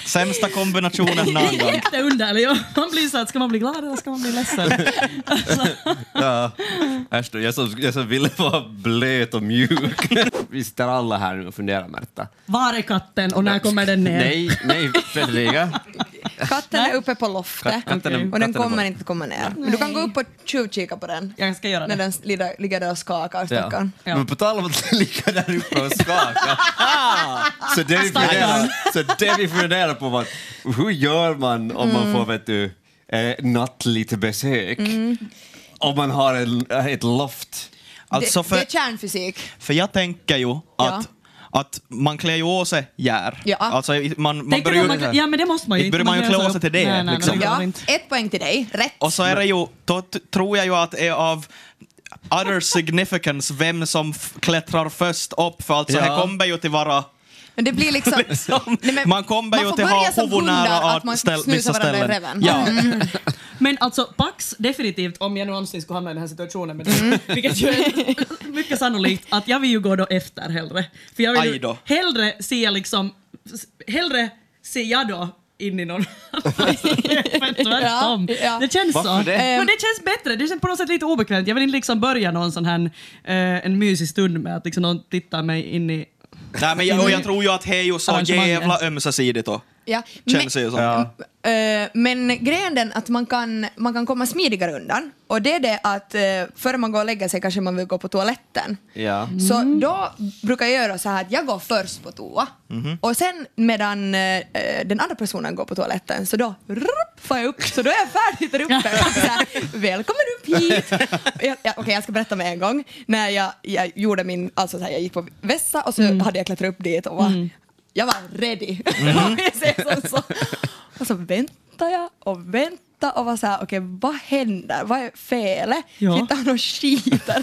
Sämsta kombinationen någon
Det är
gång.
äkta underlig. Man blir så här, ska man bli glad eller ska man bli ledsen?
Ja. Äsch då, jag som, jag som ville vara blöt och mjuk. Vi sitter alla här nu och funderar, Märta.
Var är katten och när kommer den ner?
Nej, nej, Fredrika.
Katten är uppe på loftet
Katten är-
och den
katten är
kommer
borta.
inte komma ner. Men du kan gå upp och tjuvkika på den
Jag ska göra
när
det.
den lider- ligger där och skakar,
Ja.
stackarn.
Ja.
Men på tal om att ligga där uppe och skaka. så, det vi funderar, så det vi funderar på var hur gör man om man
Mm.
får vet du, eh, nattligt besök? Om man har en, ett loft.
Alltså
det,
för,
det är kärnfysik.
för jag tänker ju att,
Ja.
att man klär ju åt sig gär.
Ja.
Alltså, man, man
Tänker
börjar
du
ju...
om man- Ja men det måste man ju
Inte börjar man ju
kan
klä
lösa
sig
upp-
till det,
Nej, nej, nej,
liksom.
det går
Ja,
inte.
ett poäng till dig. Rätt.
Och så är det ju, då t- tror jag ju att det är av other significance vem som f- klättrar först upp, för alltså
Ja.
här kommer ju till vara...
Men det blir liksom... Nej, men
Man kommer ju
man får
till
börja
ha
som
huvud nära
hundar,
att
att man
ställ,
snusar
vissa
varandra i Mm.
ställen.
reven.
Ja.
Men alltså Pax, definitivt om jag någonsin skulle hamna i den här situationen med dig, vilket ju är mycket sannolikt, att jag vill ju gå då efter hellre. För jag vill
Aj
ju
då.
hellre se liksom, hellre se jag då in i någon Alltså, det är fett tvärtom.
Ja, ja.
Det känns så.
Varför det?
Men det känns bättre, det känns på något sätt lite obekvämt. Jag vill inte liksom börja någon sån här eh, en mysig stund med att liksom någon tittar mig in i...
Nej, men jag, och jag tror ju att det är ju så
Arrangemangen.
jävla ömsesidigt då.
Ja.
Känns det ju som.
Eh, men grejen den att man kan, man kan komma smidigare undan. Och det är det att eh, före man går och lägger sig kanske man vill gå på toaletten.
Ja.
Mm.
Så då brukar jag göra så här att jag går först på toa
Mhm.
och sen medan eh, den andra personen går på toaletten så då rup, får jag upp så då är jag färdig där uppe. Så här, Välkommen upp hit! Jag, jag, Okej, jag ska berätta med en gång. När jag, jag gjorde min, alltså så här, jag gick på vässa och så
Mm.
hade jag klättrat upp dit och var, jag var ready.
Mhm.
Om jag säger som så. Och så väntar jag och väntar och var så här, okej vad händer? Vad är felet?
Ja.
Sitter han och skiter?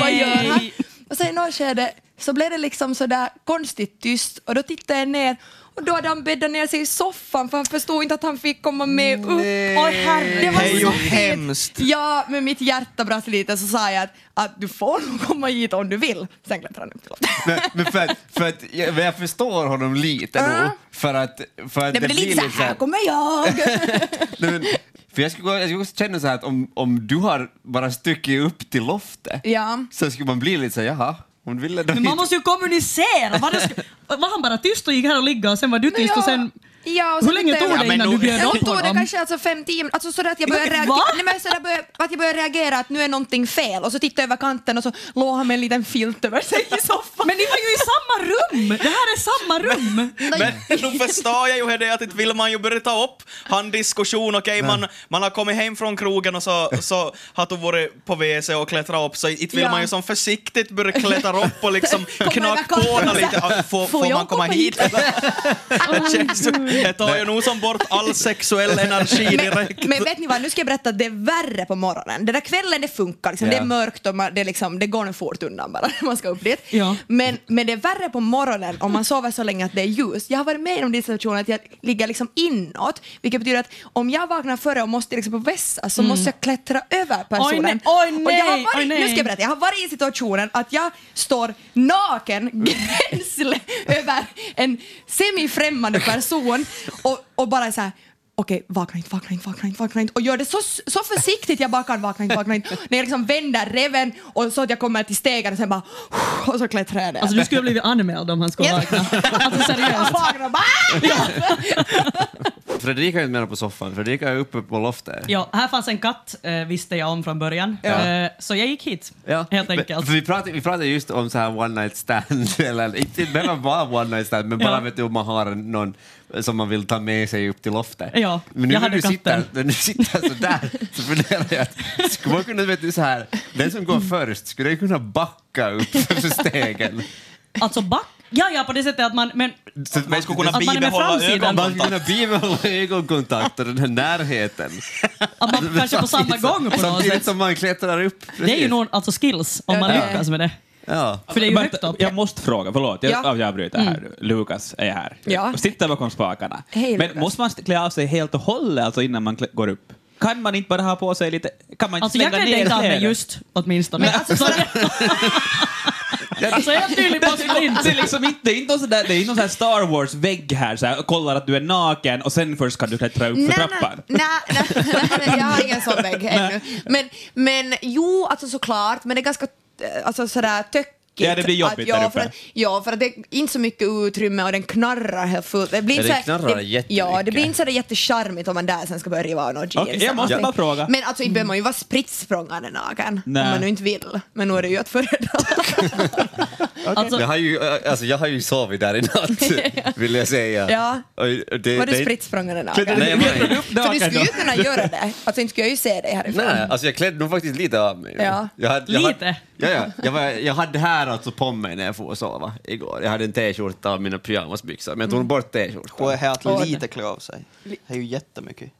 Vad gör han?
Nej.
Och sen i något skede så blev det liksom sådär konstigt tyst och då tittade jag ner och då hade han bäddat ner sig i soffan för han förstod inte att han fick komma med upp.
Oj herre!
Det var
Det är ju
så
hemskt.
Ja, men mitt hjärta brast lite så sa jag att, att du får nog komma hit om du vill. Sen klättrade han upp till låten.
Men, men för att, för att jag, men jag förstår honom lite
Ja.
då. För att, för att
Det blir liksom- lite så här, här kommer jag.
Nej, men, för jag skulle, jag skulle också känna så här att om, om du har bara stuckit upp till loftet
Ja.
så skulle man bli lite så här, jaha, hon ville då
Men man
inte-
måste ju kommunicera! Var, det sk- var han bara tyst och gick här och ligga och sen var du tyst och sen...
Ja, och
Hur
sen
länge
inte-
tog det
men
innan
nu-
du bjöd
Sen
upp
tog det
honom?
kanske alltså fem, tio minuter, alltså sådär att jag började
Va?
reagera, nej, men sådär började, att jag började reagera att nu är någonting fel och så tittade jag över kanten och så låg han med en liten filt över sig i soffan.
Men ni var ju i samma rum! Det här är samma rum!
Men då förstår jag ju hur det är att inte vill man ju börja ta upp handdiskussion. Okej, man, man har kommit hem från krogen och så, så har du varit på WC och klättrat upp, så inte vill
Ja.
man ju som försiktigt börja klättra upp och liksom
Komma över
knacka på
kanten.
den lite. Ja, Får, får
jag
man komma
komma
hit? Det känns ju- Det tar ju nog som bort all sexuell energi direkt.
Men, men vet ni vad, nu ska jag berätta att det är värre på morgonen. Den där kvällen det funkar, liksom. det
Ja.
är mörkt och man, det, är liksom, det går nog fort undan bara när man ska upp dit.
Ja.
Men, men det är värre på morgonen om man sover så länge att det är ljust. Jag har varit med om den situationen att jag ligger liksom inåt, vilket betyder att om jag vaknar före och måste liksom på vässa så måste jag klättra över personen.
Mm. Oj, nej. Oj,
och jag har
nej.
varit,
Oj, nej.
Nu ska jag berätta, jag har varit i situationen att jag står naken gränsle över en semifrämmande person och, och bara så här Okej, vakna inte, vakna inte, vakna inte, vakna inte. Och gör det så, så försiktigt jag bara kan, vakna inte, vakna inte. När jag liksom vänder reven och så att jag kommer till stegen och sen bara... Och så klättrar jag ner.
Alltså du skulle ha blivit anmäld om han skulle
Ja.
vakna. Alltså seriöst.
Vakna och bara... "Ah!"
Fredrika är inte med på soffan, Fredrika är uppe på loftet.
Ja, här fanns en katt eh, visste jag om från början. Eh, så jag gick hit, helt
Men-
enkelt.
För vi, pratade, vi pratade just om så här one night stand, eller inte det behöver vara one night stand, men bara
Ja.
vet du, om man har en- någon som man vill ta med sig upp till loftet.
Ja,
men nu
jag
när
hade
du sitter,
katten.
när du sitter så där så funderar jag att skulle man kunna, vet du, så här, den som går först, skulle den kunna backa upp för stegen?
Alltså back... Ja, ja, på det sättet att man... Men,
Så att man
skulle kunna
Att man är med
bibehålla
framsidan.
Man
ögonkontakt.
skulle kunna bibehålla ögonkontakt och den här närheten.
att man kanske på samma gång på något
Samtidigt
sätt.
som man klättrar upp.
Det är ju
Precis.
någon, alltså skills, om man
Ja.
lyckas med det.
Ja.
För det är ju
Vänta,
högt upp. Mm.
Jag måste fråga, förlåt, jag,
Ja.
ja. jag bryter här. Lukas är här.
Ja.
Sitter bakom spakarna.
Hej,
Men
Lukas.
måste man klä av sig helt och hållet alltså, innan man klä- går upp? Kan man inte bara ha på sig lite... Kan man inte
Alltså jag
slänga
kan
ner
inte av mig
kläder?
just, åtminstone.
Men
alltså, så, så jag är tydlig på sprint.
Det är liksom inte, det är inte någon sån där, det är inte någon sån här Star Wars-vägg här, så här, kollar att du är naken och sen först kan du klättra upp för
Nej,
trappan.
Nej, nej, nej, nej, jag har ingen sån vägg ännu. Men, men jo, alltså såklart, men det är ganska eh, alltså, sådär töckigt.
Ja, det blir jobbigt
att, ja,
där
För
uppe.
att, ja, för att det är inte så mycket utrymme och den knarrar helt fullt. Det blir
Ja,
inte
den
såhär-
knarrar
det,
jättemycket.
Ja, det blir inte sådär jättecharmigt om man där sen ska börja riva av några jeans.
Okej, jag
eller
måste
någonting.
bara fråga.
Men alltså inte behöver man ju vara spritt språngande naken
Nej.
om man nu inte vill. Men nu är det ju att föredra.
Alltså,
Jag har, ju, äh, alltså jag har ju sovit där i natt, vill jag säga.
Ja.
Oj, det-
Var du
det-
spritt språngande naken?
Nej, jag var ju-
För du skulle ju kunna göra det. Alltså inte skulle jag ju se dig härifrån.
Nej, alltså jag klädde nog faktiskt lite av mig.
Ja.
Jag hade, jag hade-
Lite?
ja, ja. Jag, var, jag hade här alltså på mig när jag får sova igår. Jag hade en t-skjorta och mina pyjamasbyxor, men jag
Mm.
tog bort t-skjortan.
Går jag helt lite klä av sig? Det är ju jättemycket.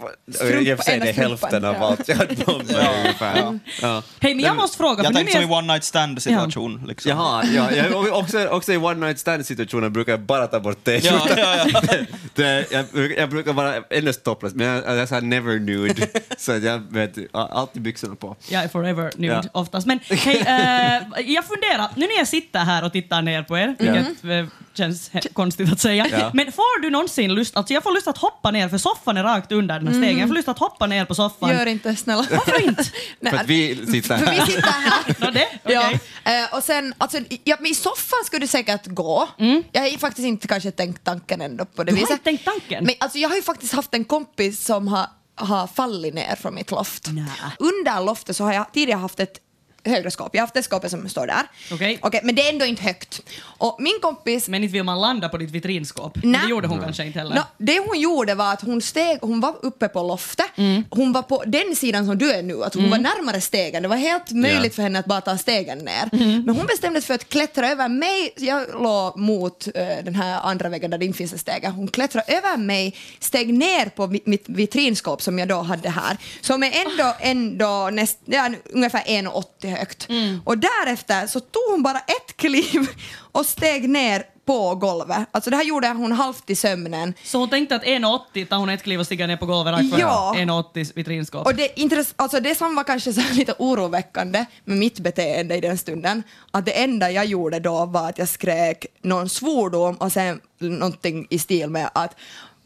Jag jag
Strumpa,
säger det är
ena strumpan,
hälften av
ja. Mm.
allt jag hade på mig ungefär. Ja.
hej, men jag måste fråga. för
Jag
nu
tänkte som
när
i one night stand situation. Liksom.
Jaha, ja, jag, också, också i one night stand situationer brukar jag bara ta bort
Ja,
t-skjortan.
ja, ja.
Det- Jag, brukar- jag brukar vara endast topless, men jag, jag är såhär never nude. Så att jag vet, jag har alltid byxorna på.
Jag är forever nude
Ja.
oftast. Men hej, eh, jag funderar, nu när jag sitter här och tittar ner på er, vilket eh, känns he- konstigt att säga,
Ja.
men får du någonsin lust, alltså jag får lust att hoppa ner, för soffan är rakt under den här stegen, jag får lust att hoppa ner på soffan.
Mm. Gör inte, snälla.
Varför inte?
Nej, alltså,
För att vi sitter
För
här.
vi sitter här.
Nå, det?
Ja,
Okej.
eh, och sen, alltså, ja, men i soffan skulle du säkert gå. Jag har ju faktiskt inte kanske tänkt tanken ändå på det
Mm. Du har
viset.
inte tänkt tanken?
Men alltså, jag har ju faktiskt haft en kompis som har, har fallit ner från mitt loft.
Nä.
Under loftet så har jag tidigare haft ett högre skåp. Jag har haft det skåpet som står där.
Okej.
men det är ändå inte högt. Och min kompis
Men inte vill man landa på ditt vitrinskåp.
Nej.
Det gjorde hon kanske inte heller.
No, det hon gjorde var att hon, steg, hon var uppe på loftet, hon var på den sidan som du är nu, att hon var närmare stegen. Det var helt möjligt för henne att bara ta stegen ner. Men hon bestämde sig för att klättra över mig, jag låg mot eh, den här andra väggen där det inte finns en stege. Hon klättrade över mig, steg ner på mi- mitt vitrinskåp som jag då hade här, som är ändå, ändå näst, ja, ungefär 1,80 högt. Och därefter så tog hon bara ett kliv och steg ner på golvet. Alltså det här gjorde hon halvt i sömnen.
Så hon tänkte att 1,80 tar hon ett kliv och stiger ner på golvet rakt före
Ja.
1,80 vitrinskåp.
Och det, intress- alltså det som var kanske så här lite oroväckande med mitt beteende i den stunden, att det enda jag gjorde då var att jag skrek någon svordom och sen någonting i stil med att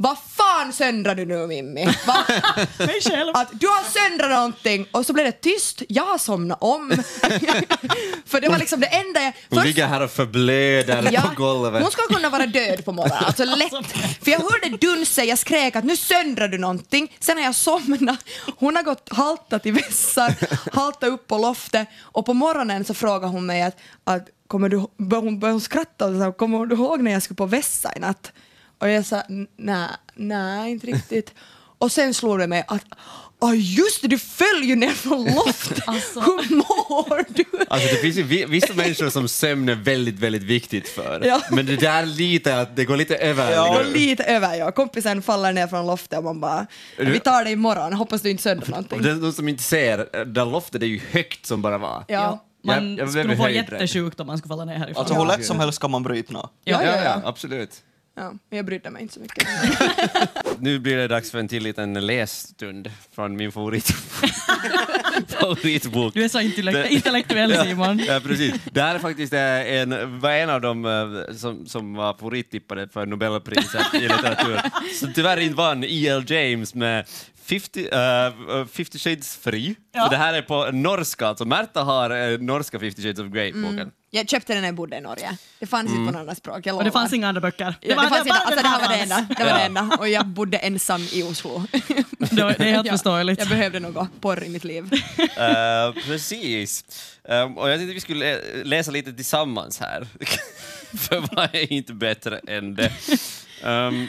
vad fan söndrar du nu Mimmi? Va-
Mig själv.
att du har söndrat någonting och så blev det tyst, jag somnade om. För det var liksom det enda jag...
Hon
först-
ligger här och förblöder
Ja,
på golvet.
Hon skulle kunna vara död på morgonen. Alltså lätt. För jag hörde dunsen, jag skrek att nu söndrar du någonting. Sen har jag somnat. Hon har gått haltat i vässan, haltat upp på loftet och på morgonen så frågar hon mig att, att kommer du, bör hon, bör hon skratta och så här, kommer du ihåg när jag skulle på vässa i natt? Och jag sa "N- nej, nej inte riktigt. Och sen slog det mig att Ja just det, du föll ju ner från loftet! Hur mår du?
Alltså det finns ju vi- vissa människor som sömn är väldigt, väldigt viktigt för.
Ja.
Men det där lite, att det går lite över.
Det
Ja,
går lite över ja. Kompisen faller ner från loftet och man bara Vi tar det imorgon, hoppas du inte sönder någonting.
det är någon som inte ser, det loftet är ju högt som bara var.
Ja.
Man
Jag- jag blev
skulle få
höjdrädd.
jättesjukt om man skulle falla ner härifrån.
Alltså hur lätt som helst kan man bryta nå.
Ja, ja,
ja,
ja.
absolut.
ja. Men jag brydde mig inte så mycket.
Nu blir det dags för en till liten lässtund från min favorit... favoritbok.
Du är så intellekt- intellektuell Simon.
Ja, precis. Det här är faktiskt eh, en, var en av dem eh, som, som var favorittippade för Nobelpriset i litteratur. Som tyvärr inte vann, E.L. James med 50, eh, 50 shades free. För det här är på norska, alltså Märta har eh, norska 50 shades of Grey-boken.
Mm.
Jag köpte den när jag bodde i Norge. Det fanns
Mm.
inte på något annat språk, jag
Och
lovar.
det fanns inga andra böcker.
Ja, det, fanns
var
inte, alltså, det här var det
fanns.
enda. Det var det enda. Och jag bodde ensam i Oslo.
Det- det är helt
Ja.
förståeligt.
Jag behövde något porr i mitt liv.
Eh, precis. Ehm, och jag tänkte vi skulle lä- läsa lite tillsammans här. För vad är inte bättre än det? Ehm,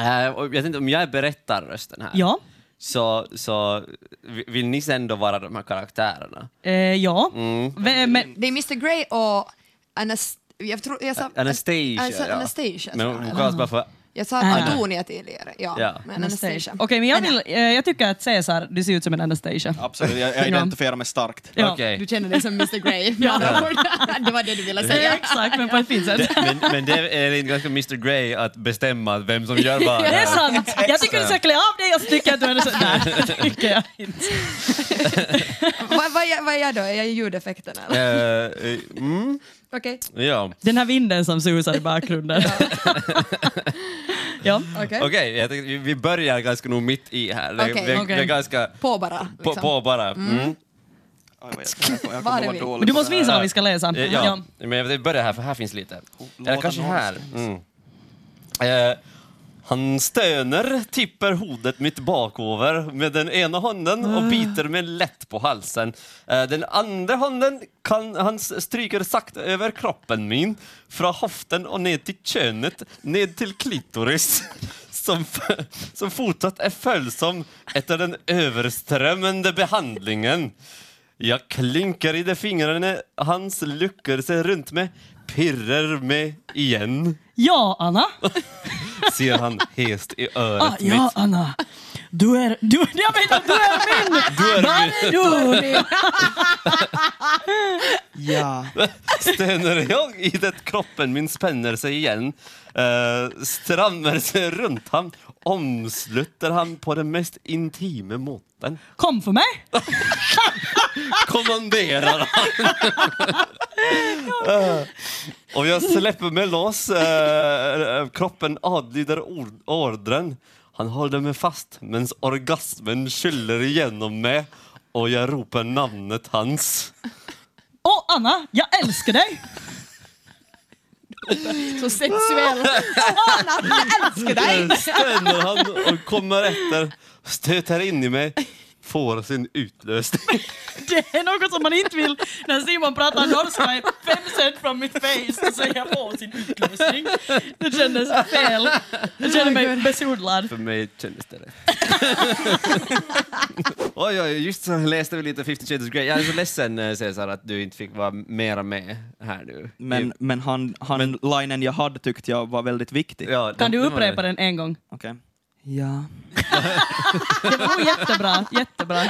eh, och jag tänkte om jag berättar rösten här,
Ja.
så, så vi- vill ni sen då vara de här karaktärerna?
Eh, ja. Ve- Men,
Det är Mr Grey och Anast... Jag tror jag sa...
Anastasia.
Alltså, Anastasia,
Men
tror
hon
jag.
kallas bara för
Jag sa
Anna.
Antonia tidigare, ja.
Ja.
Men Anastasia.
Okej, men jag, vill, eh, jag tycker att Cesar, du ser ut som en Anastasia.
Absolut, jag, jag identifierar mig starkt.
Ja.
Du känner dig som Mr Grey. med andra ord. det var det du ville
Ja,
säga.
exakt, men på ett fint sätt.
Det, men, men det är inte ganska Mr Grey att bestämma vem som gör vad.
Det är sant! Jag tycker du ska klä av dig och så tycker jag att du är en sån... Nej, det tycker jag inte.
Vad vad är jag- vad är jag då? Är jag ljudeffekten eller?
Eh, eh, mm,
Okej.
ja.
Den här vinden som susar i bakgrunden. ja.
Okej.
Mm, Okej, jag tänkte, vi- vi börjar ganska nog mitt i här. Det,
Okej.
vi, vi är
Okej.
ganska på,
På bara. Liksom.
på bara. Mm.
Oj, vad jag- jag kommer
Vad är
vara
vi?
dålig
Men du
på
måste
det här.
visa vad vi ska läsa.
Eh, Ja. Men jag vill börja här, för här finns lite. Eller
Låta
kanske
någon
här. Mm. Eh, han stönar, tippar hodet mitt bakover med den ena handen och biter mig lätt på halsen. Eh, den andra handen kan, han stryker sakta över kroppen min, från höften och ned till könet, ned till klitoris. Som, f- som fortsatt är följsam efter den överströmmande behandlingen. Jag klinkar i de fingrarna hans luckar sig runt mig, pirrar mig igen,
Ja, Anna.
ser han hest i örat
Ah, ja,
mitt.
Anna. Du är... Du, jag menar, du är min!
Du är
Var är du?
Ja.
Stönar jag i det kroppen min spänner sig igen, uh, strammar sig runt han, omsluter han på den mest intima måten,
Kom för mig!
kommanderar han. Eh, och jag släpper mig loss, eh, kroppen adlyder or- ordren. Han håller mig fast medan orgasmen skyller igenom mig och jag ropar namnet hans.
Åh, Anna, jag älskar dig!
Så sexuell.
Sen Spänner han och kommer efter, stöter in i mig, får sin utlösning.
Det är något som man inte vill när Simon pratar norska i fem cent from mitt face och säger på sin utlösning. Det kändes fel. Jag känner mig besudlad.
För mig kändes det rätt. oj, oj, just så läste vi lite 50 shades of Grey. Jag är så ledsen eh, Cesar att du inte fick vara mera med här nu.
Men, men han, han linen jag hade tyckte jag var väldigt viktig.
Ja,
Kan
det-
du
det var
upprepa
det.
den en gång?
Okej. Ja.
Det var jättebra, jättebra.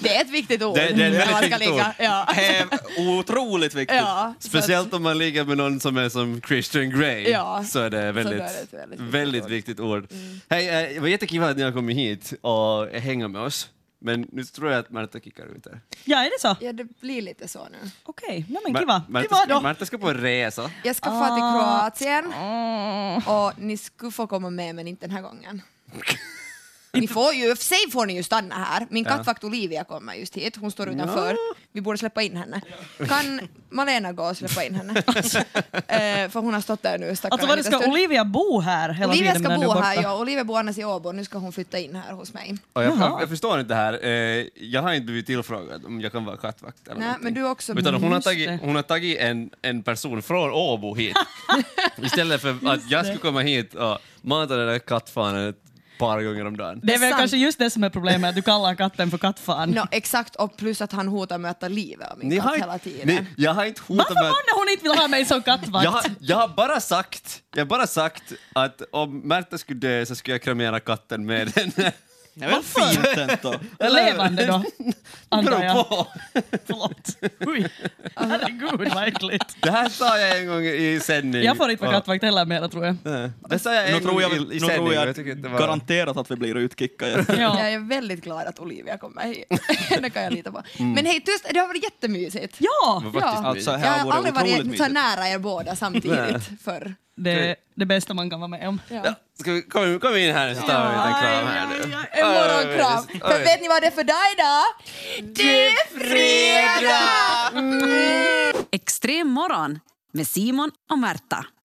Det är ett viktigt ord.
Det- det är ett
när
väldigt
man ska
viktigt ord.
ligga. Ja.
Otroligt viktigt.
Ja.
Speciellt om man ligger med någon som är som Christian Grey
Ja,
så är det väldigt,
då är det ett väldigt viktigt
väldigt
ord.
viktigt ord. Hej, eh, det var jättekul att ni har kommit hit och hänga med oss. Men nu tror jag att Marta kickar ut där.
Ja, är det så?
ja, det blir lite så nu.
Okej, nej men
Mar-
kiva.
Marta,
Kiva
ska,
då.
Marta ska på en resa.
Jag ska få
Ah.
till Kroatien och ni skulle få komma med men inte den här gången. Ni får ju, i och för sig får ni ju stanna här. Min kattvakt Olivia kommer just hit, hon står utanför. Vi borde släppa in henne. Kan Malena gå och släppa in henne? eh, för hon har stått där nu stackaren.
Alltså vad det
en
ska
liten stund.
Olivia bo här hela
Olivia
tiden
ska
medan du är
bo
borta?
här, ja. Olivia bor annars i Åbo, nu ska hon flytta in här hos mig.
Och jag,
Jaha.
jag, jag förstår inte det här. Eh, jag har inte blivit tillfrågad om jag kan vara kattvakt. Eller
Nej,
någonting.
men du är också...
Utan hon har
Just det.
tagit, hon har tagit en, en person från Åbo hit. Istället för att jag skulle komma hit och mata den där kattfanen ett par gånger om dagen.
Det är väl
Sant.
kanske just det som är problemet, du kallar katten för kattfan.
No, exakt, och plus att han hotar med att ta livet av min
Ni
katt
har,
hela
inte-
tiden.
ni, jag har inte hotat
Varför
med
var det hon inte vill ha mig som kattvakt?
jag, har- jag har bara sagt, jag har bara sagt att om Märta skulle dö så skulle jag kremera katten med den.
Det är väl fint ändå.
Levande då? Antar
Beror
jag.
på.
Förlåt. Oj. Herregud vad äckligt.
Det här sa jag en gång i sändning.
Jag får inte vara
och-
kattvakt heller mera tror jag.
Det sa jag
Nu
en gång
tror jag,
i,
nu
i sändning.
tror
och
jag,
jag tycker att det var-
garanterat att vi blir utkickade.
Jag
Ja.
är väldigt glad att Olivia kommer hit. det kan jag lita på. Men hej, tyst, det har varit jättemysigt.
ja.
Det var faktiskt
Ja.
Alltså,
mysigt.
Jag
här
har
var det
aldrig
otroligt
varit så
mysigt.
nära er båda samtidigt förr.
Det är det bästa man kan vara med om.
Ja.
Ja, ska vi, kom, kom in här så tar vi en liten kram här nu.
En morgonkram.
Oj,
För
oj.
vet ni vad det är för dag idag? Det är fredag!
Extrem morgon med Simon och Märta.